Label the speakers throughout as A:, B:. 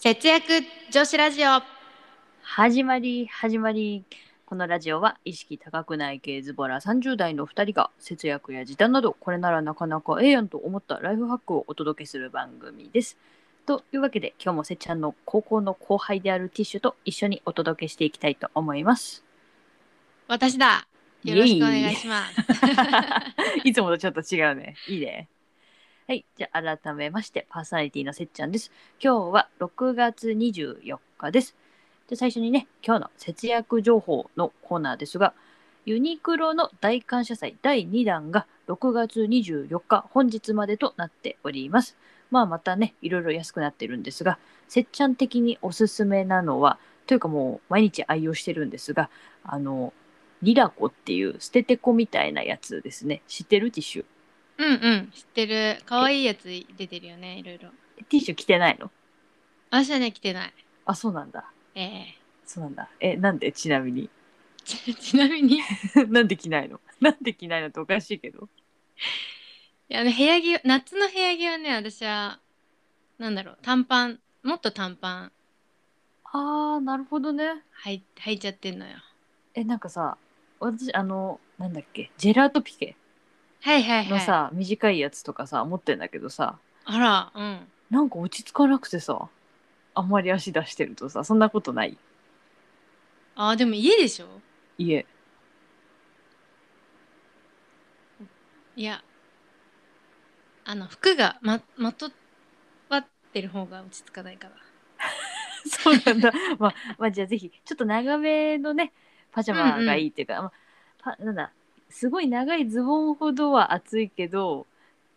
A: 節約女子ラジオ
B: 始まり始まりこのラジオは意識高くない系ズボラ30代の2人が節約や時短などこれならなかなかええやんと思ったライフハックをお届けする番組です。というわけで今日もせっちゃんの高校の後輩であるティッシュと一緒にお届けしていきたいと思います。
A: 私だよろしくお願いし ます
B: いつもとちょっと違うね。いいね。はい。じゃあ、改めまして、パーソナリティのせっちゃんです。今日は6月24日です。じゃあ最初にね、今日の節約情報のコーナーですが、ユニクロの大感謝祭第2弾が6月24日、本日までとなっております。まあ、またね、いろいろ安くなってるんですが、せっちゃん的におすすめなのは、というかもう毎日愛用してるんですが、あの、リラコっていう捨ててこみたいなやつですね。知ってるティッシュ。
A: うんうん知ってる可愛いやつ出てるよねいろいろ
B: えティッシュ着てないの
A: 私はね来てない
B: あ、そうなんだ。
A: ええ
B: そうなんだ。え、なんでちなみに。
A: ちちなみにい
B: なんで着ないの なんで着ないのっておかしいけど。
A: やあの部屋着夏の部屋着はね私はなんだろう短パンもっと短パン
B: あー、なるほどね。
A: はい履いちゃってんのよ
B: え、なんかさ、私、あの、なんだっけ、ジェラートピケ
A: はいはいは
B: の
A: い
B: さ、短いやつとかさ、持ってんだけどさ、
A: あらうん
B: なんか落ち着かなくてさ、あんまり足出してるとさ、そんなことない
A: あーでも家でしょ
B: 家。
A: いやあの服がままとわってる方が落ち着かないから
B: そうなんだ。まあ、まあ、じゃあぜひ、ちょっと長めのね、パジャマがいいっていうか、まあ、パなんだ、すごい長いズボンほどは暑いけど、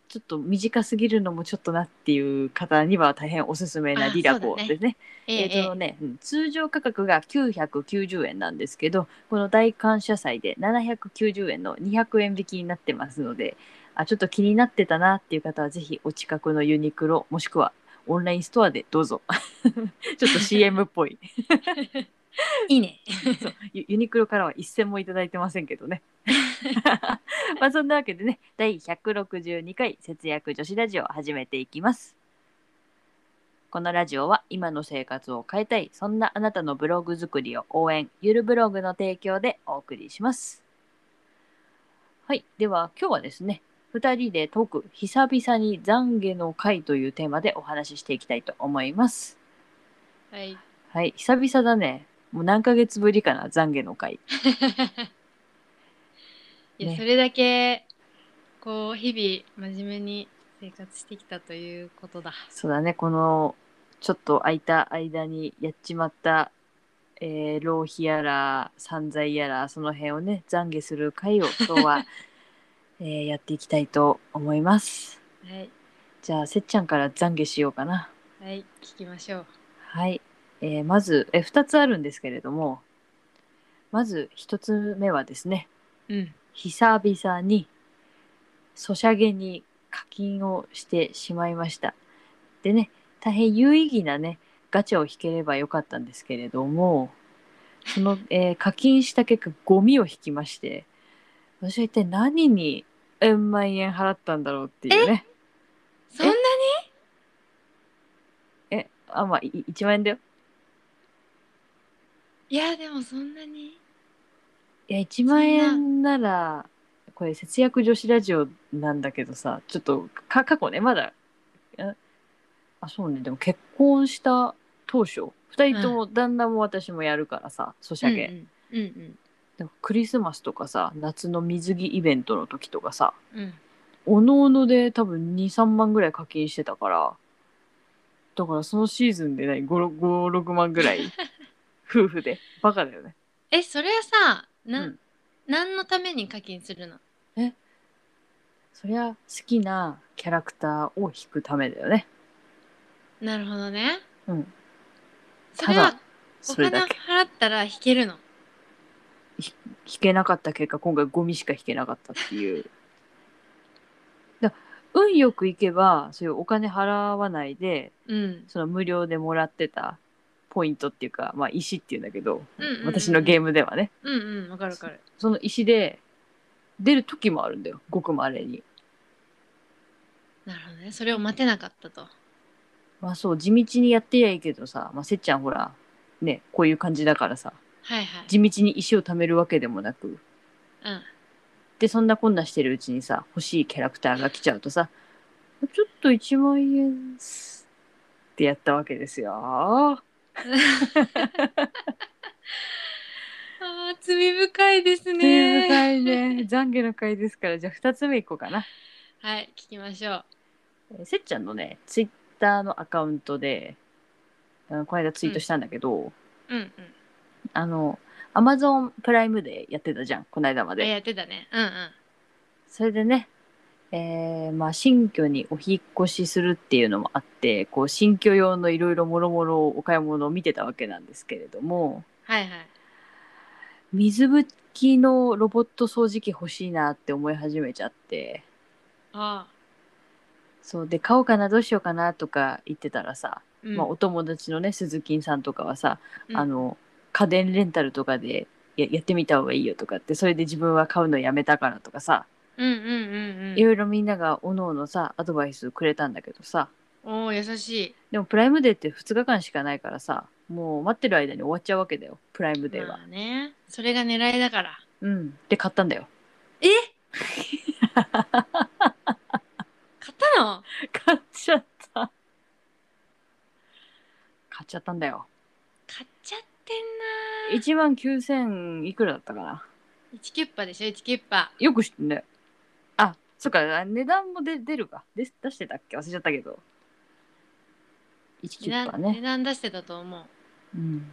B: ちょっと短すぎるのもちょっとなっていう方には大変おすすめな
A: あ
B: リラコ
A: そうだね
B: ですね。
A: え
B: え
A: え
B: ーとねうん通常価格が990円なんですけどこの大感謝祭で790円の200円引きになってますのであちょっと気になってたなっていう方はぜひお近くのユニクロもしくはオンラインストアでどうぞ ちょっと CM っぽい
A: いいね。
B: そうユユニクロからは一銭もいただいてませんけどね。まあそんなわけでね第162回節約女子ラジオを始めていきます。このラジオは今の生活を変えたいそんなあなたのブログ作りを応援ゆるブログの提供でお送りします。はいでは今日はですね2人でトーク久々に懺悔の会というテーマでお話ししていきたいと思います。
A: はい。
B: はい、久々だね。もう何ヶ月ぶりかな、懺悔の会。
A: いや、
B: ね
A: それだけ、こう、日々、真面目に生活してきたということだ。
B: そうだね、この、ちょっと空いた間にやっちまった、えー浪費やら、散財やら、その辺をね、懺悔する会を今日は、えーやっていきたいと思います。
A: はい。
B: じゃあ、せっちゃんから懺悔しようかな。
A: はい。聞きましょう。
B: はい。えーまず、え2つあるんですけれども、まず1つ目はですね、
A: うん。
B: 久々にソシャゲに課金をしてしまいました。でね、大変有意義なね、ガチャを引ければよかったんですけれども、その、えー課金した結果、ゴミを引きまして、私は一体何に4万円払ったんだろうっていうね。
A: そんなに
B: えあ、まあ、い1万円だよ。
A: いや、でもそんなに
B: いや、1万円なら、これ、節約女子ラジオなんだけどさ、ちょっと、か過去ね、まだ、あ、あそうね、でも結婚した当初、2人とも旦那も私もやるからさ、ソシャゲ。
A: うんうん。
B: でもクリスマスとかさ、夏の水着イベントの時とかさ、
A: うんうん。
B: おのおので多分2、3万ぐらい課金してたから、だからそのシーズンでね、5、6 5 6万ぐらい、 夫婦で。バカだよね。
A: え、それはさ、な、
B: うん
A: 何のために課金するの
B: そりゃ好きなキャラクターを引くためだよね。
A: なるほどね。
B: うん。
A: それ
B: た
A: は
B: だ、
A: お
B: それ
A: 金
B: だ
A: を
B: け。
A: 払ったら引けるの。
B: 引けなかった結果、今回ゴミしか引けなかったっていう。だ運よくいけば、そういうお金払わないで、
A: うん。
B: その無料でもらってたポイントっていうか、まあ石っていうんだけど、
A: うんうんうん
B: 私のゲームではね、
A: うんうん。わかるわかる。
B: その石で出る時もあるんだよ。ごくまれに。
A: なるほどね。それを待てなかったと。
B: まあそう地道にやってりゃいいけどさ、まあ、せっちゃんほらねこういう感じだからさ
A: はいはい。
B: 地道に石を貯めるわけでもなく
A: うん。
B: でそんなこんなしてるうちにさ欲しいキャラクターが来ちゃうとさちょっと1万円っすってやったわけですよ。
A: ああ、罪深いですね。
B: ね回ね懺悔の回ですからじゃあ2つ目いこうかな。
A: はい、聞きましょう。
B: えーせっちゃんのねツイッターのアカウントであのこの間ツイートしたんだけど、
A: うんうん。
B: あのアマゾンプライムでやってたじゃんこの間ま
A: あ、
B: で。
A: やってたね。うんうん。
B: それでね、えーまあ、新居にお引っ越しするっていうのもあってこう新居用のいろいろもろもろお買い物を見てたわけなんですけれども
A: はいはい。
B: 水拭きのロボット掃除機欲しいなって思い始めちゃって
A: ああ。
B: そうで買おうかなどうしようかなとか言ってたらさ、
A: うん
B: まあ、お友達のね鈴木さんとかはさ、
A: うん
B: あの家電レンタルとかでややってみた方がいいよとかってそれで自分は買うのやめたからとかさ、
A: うんうんうん
B: い
A: うん。
B: ろいろみんながおのおのさアドバイスくれたんだけどさ
A: おお、優しい。
B: でもプライムデーって2日間しかないからさもう待ってる間に終わっちゃうわけだよプライムデーは
A: ま。あね。それが狙いだから。
B: うん、で買ったんだよ。
A: え買ったの
B: 買っちゃった買っちゃったんだよ。
A: 買っちゃってんなー。
B: 1万9000いくらだったかな
A: 1キュッパでしょ、1キュッパ。
B: よく知ってんね。あそっかあ値段もで出るかで出してたっけ忘れちゃったけど。1キ
A: 値
B: ュッパ
A: 段,、
B: ね
A: 値。段出してたと思う。
B: うん、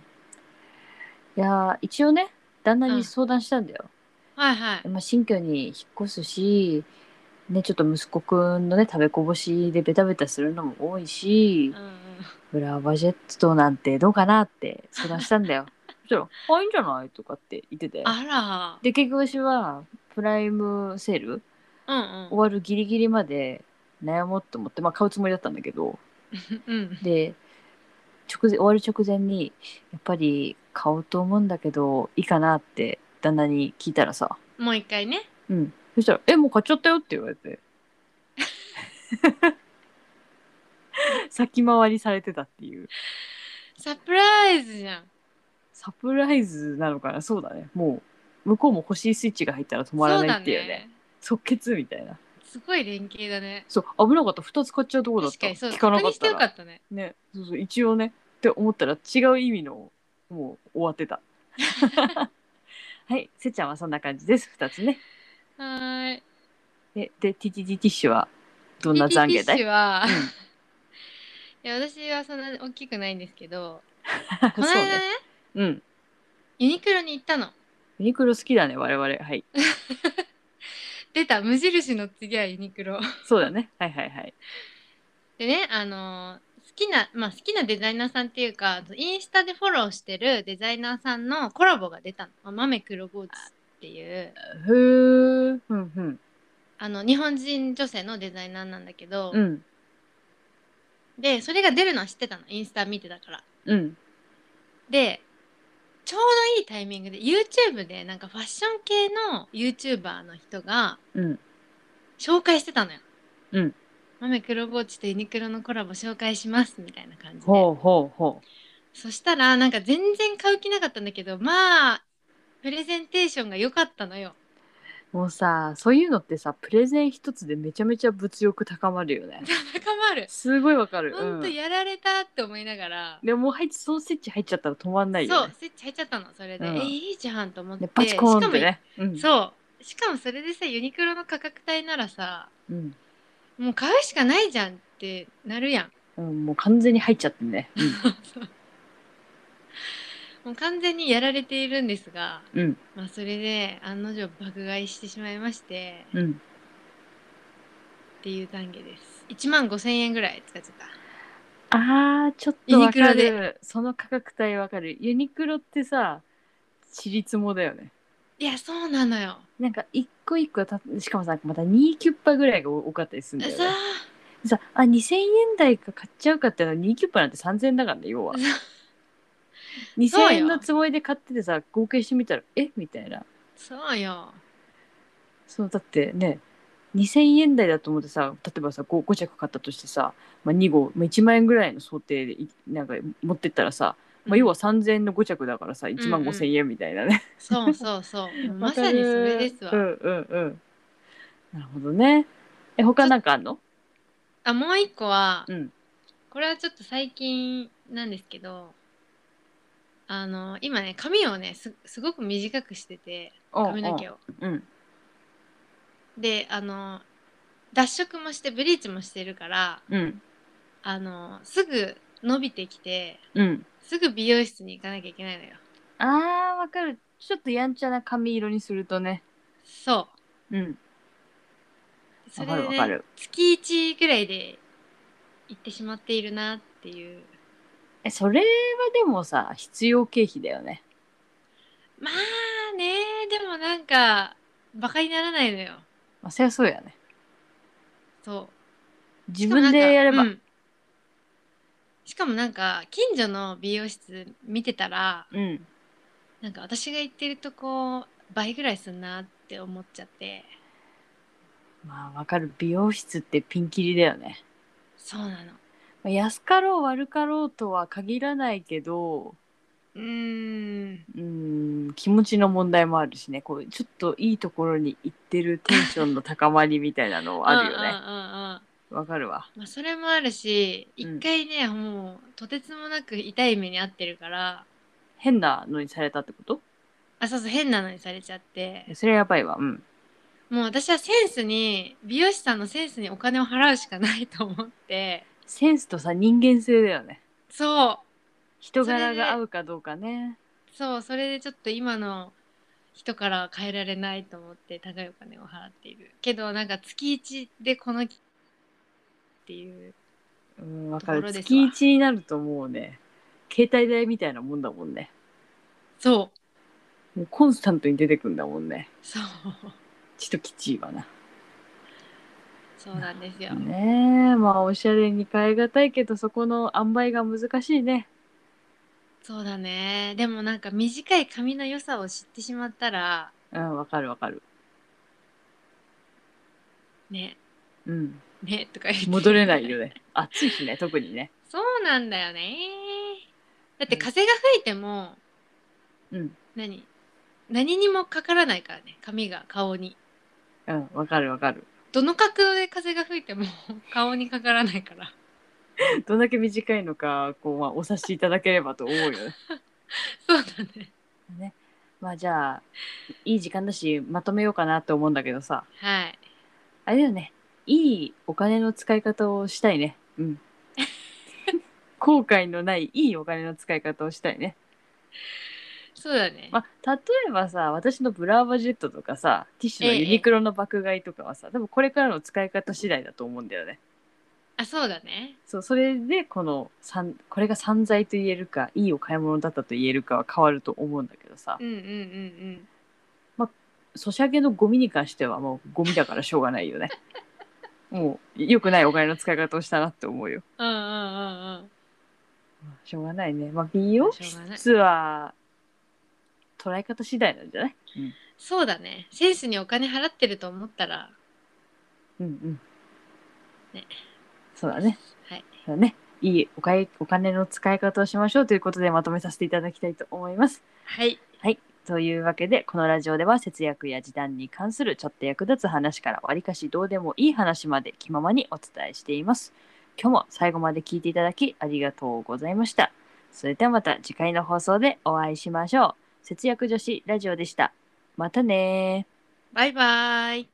B: いやー一応ね旦那
A: う
B: に
A: ん
B: 相談したんだよ、
A: はいはい。
B: まあ、新居に引っ越すし、ね、ちょっと息子くんのね食べこぼしでベタベタするのも多いし
A: うん、うん。
B: ブラバジェットなんてどうかなって相談したんだよ そしたら「あいいんじゃない?」とかって言ってて
A: あ
B: で結局私はプライムセール
A: ら。うんう
B: 終わるギリギリまで悩もうと思って、まあ、買うつもりだったんだけど
A: ん。うん。
B: で直前終わる直前にやっぱり買おうと思うんだけどいいかなって旦那に聞いたらさ、
A: もう一回ね。
B: うん、そしたら「えもう買っちゃったよ」って言われ て先回りされてたっていう
A: サプライズじゃん。
B: サプライズなのかなそうだねもう向こうも欲しいスイッチが入ったら止まらないっていう
A: そ
B: ね
A: うだね。
B: 即決みたいな
A: すごい連携だね。
B: そう危なかった2つ買っちゃうとこだっ
A: 確
B: た
A: かにそう。
B: 聞かな
A: 確
B: か
A: 認
B: っ
A: して
B: た
A: よからったね。
B: ねそうそう一応ねって思ったら違う意味のもう終わってた はいせっちゃんはそんな感じです2つね
A: はーい。
B: えで TTT ティッシュはどんな懺悔だ
A: ピピピッシュ
B: い
A: は、
B: うん
A: い や私はそんな大きくないんですけど、こ
B: そう
A: の間ね
B: ねうん
A: ユニクロに行ったの。
B: ユニクロ好きだね我々はい
A: 出た無印の次はユニクロ。
B: そうだ ねはいはいはい
A: でね、あのー好きな、まあ好きなデザイナーさんっていうか、インスタでフォローしてるデザイナーさんのコラボが出たの。まあ、豆黒ゴーチっていう、
B: へえうんうん
A: あの、日本人女性のデザイナーなんだけど、
B: うん
A: で、それが出るのは知ってたの。インスタ見てたから。
B: うん
A: で、ちょうどいいタイミングで YouTube でなんかファッション系の YouTuber の人が
B: うん
A: 紹介してたのよ。
B: うん。
A: 豆黒ゴーチとユニクロのコラボ紹介しますみたいな感じで。
B: ほうほうほ
A: そしたらなんか全然買う気なかったんだけど、まあ、プレゼンテーションが良かったのよ。
B: うもうさそういうのってさプレゼン一つでめちゃめちゃ物欲高まるよね
A: 高まる。
B: すごいわかる
A: ほんと
B: うん
A: やられたって思いながら。
B: でももう入ってそのスイッチ入っちゃったら止まんないよ
A: そ
B: ね
A: う、スイッチ入っちゃったの、それで。
B: うん
A: えー、いいじゃんと思って。
B: でバチコーンって
A: しか
B: ね。うん
A: も、そう。しかもそれでさ、ユニクロの価格帯ならさ、
B: うん
A: もう買うしかないじゃんってなるやん。
B: うん、もう完全に入っちゃってね。
A: もう完全にやられているんですが、
B: うん、
A: まあ、それで案の定爆買いしてしまいまして、
B: うん、うん。
A: っていう懺悔です1万5千円ぐらい使っちゃった
B: あー、ちょっとわ
A: ユニ
B: か
A: クロ
B: る。その価格帯わかる。ユニクロってさ、私立もだよね。
A: いやそうなのよ
B: なんか一個一個た、しかもさ、また2キュッパぐらいが多かったりするんだよ、
A: さ
B: ね。さあ、2000円台か買っちゃうかってのは2キュッパなんて3000円だからね、要は
A: あ。そう
B: 2000
A: よ
B: 円のつもりで買っててさ、合計してみたら、えみたいな。
A: そうよ
B: そうだってね2,000円台だと思ってさ例えばさ 5, 5着買ったとしてさ、まあ、2号、まあ、1万円ぐらいの想定でいなんか持ってったらさ、まあ、要は3,000円の5着だからさ1万5,000円みたいなね、
A: そうそう そう。まさにそれです
B: うん
A: わ。
B: うんうん。なるほどね。え他なんかあんの？
A: あ、もう一個は、
B: うん
A: これはちょっと最近なんですけど、あの、今ね、髪をね、すすごく短くしてて、髪の毛
B: を。
A: を。
B: うん
A: で、あの、脱色もして、ブリーチもしてるから、
B: うん
A: あの、すぐ伸びてきて、
B: うん。
A: すぐ美容室に行かなきゃいけないのよ。
B: ああわかる。ちょっとやんちゃな髪色にするとね。
A: そ
B: うん。
A: う。そ
B: わ
A: れ
B: かる
A: で、
B: わか
A: ね、
B: る。
A: 月1ぐらいで行ってしまっているなっていう。
B: えそれはでもさ必要経費だよね。
A: まあねでもなんかバカにならないのよ
B: まあそりゃそうやね。
A: そう
B: 自分でやれば。
A: しかもなんかうんしかもなんか近所の美容室見てたら
B: うん。
A: なんか私が行ってるとこ倍ぐらいすんなって思っちゃって
B: まあわかる。美容室ってピンキリだよね。
A: そうなの
B: まあ安かろう悪かろうとは限らないけど、
A: うーん
B: うーん気持ちの問題もあるしねこうちょっといいところに行ってるテンションの高まりみたいなのあるよ
A: うんうん
B: ね
A: うんうん
B: わかるわ
A: まあ、それもあるし
B: うん
A: 一回ね、もうとてつもなく痛い目に遭ってるから
B: 変なのにされたってこと
A: あそうそう変なのにされちゃって
B: それはやばいわうん
A: もう私はセンスに美容師さんのセンスにお金を払うしかないと思って
B: センスとさ人間性だよね
A: そう
B: 人柄が合うかどうかね
A: そうそれでちょっと今の人からは変えられないと思って高いお金を払っているけどなんか月1でこのっていう
B: うんわかる
A: ところですわ
B: 月1になるともうね携帯代みたいなもんだもんね
A: そう
B: もうコンスタントに出てくんだもんね
A: そう
B: ちょっときちいわな
A: そうなんですよ
B: ねえまあおしゃれに変えがたいけどそこの塩梅が難しいね
A: そうだねでもなんか短い髪の良さを知ってしまったら
B: うんわかるわかる
A: ね
B: うん
A: ねとか言って
B: 戻れないよね暑いしね特にね
A: そうなんだよねだって風が吹いても
B: うん
A: 何何にもかからないからね髪が顔に
B: うんわかるわかる
A: どの角度で風が吹いても 顔にかからないから
B: どんだけ短いのかこう、まあ、お察しいただければと思うよね
A: そうだね
B: ね まあじゃあいい時間だしまとめようかなと思うんだけどさ
A: はい
B: あれだよねいいお金の使い方をしたいねうん 後悔のないいいお金の使い方をしたいね、
A: そうだね、
B: まあ、例えばさ私のブラーバジェットとかさティッシュのユニクロの爆買いとかはさ、多分これからの使い方次第だと思うんだよね
A: あそうだね
B: そうそれでこの散これが散財と言えるかいいお買い物だったと言えるかは変わると思うんだけどさ
A: うんうんうんうん
B: ソシャゲのゴミに関してはもうゴミだからしょうがない よねもう良くないお金の使い方をしたなって思うよ
A: うんうんうんうん
B: しょうがないねまあ美容
A: しょうがない
B: 室は捉え方次第なんじゃない、うん、
A: そうだねセンスにお金払ってると思ったら
B: うんうん
A: ね
B: そうだね
A: はい
B: そうだねいいおかいお金の使い方をしましょうということでまとめさせていただきたいと思います
A: はい
B: というわけでこのラジオでは節約や時短に関するちょっと役立つ話からわりかしどうでもいい話まで気ままにお伝えしています。今日も最後まで聞いていただきありがとうございました。それではまた次回の放送でお会いしましょう。節約女子ラジオでした。またねー。
A: バイバイ